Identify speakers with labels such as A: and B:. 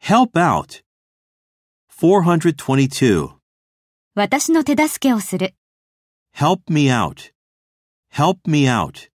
A: Help out. 422.
B: 私の手助けをする。
A: Help me out. Help me out.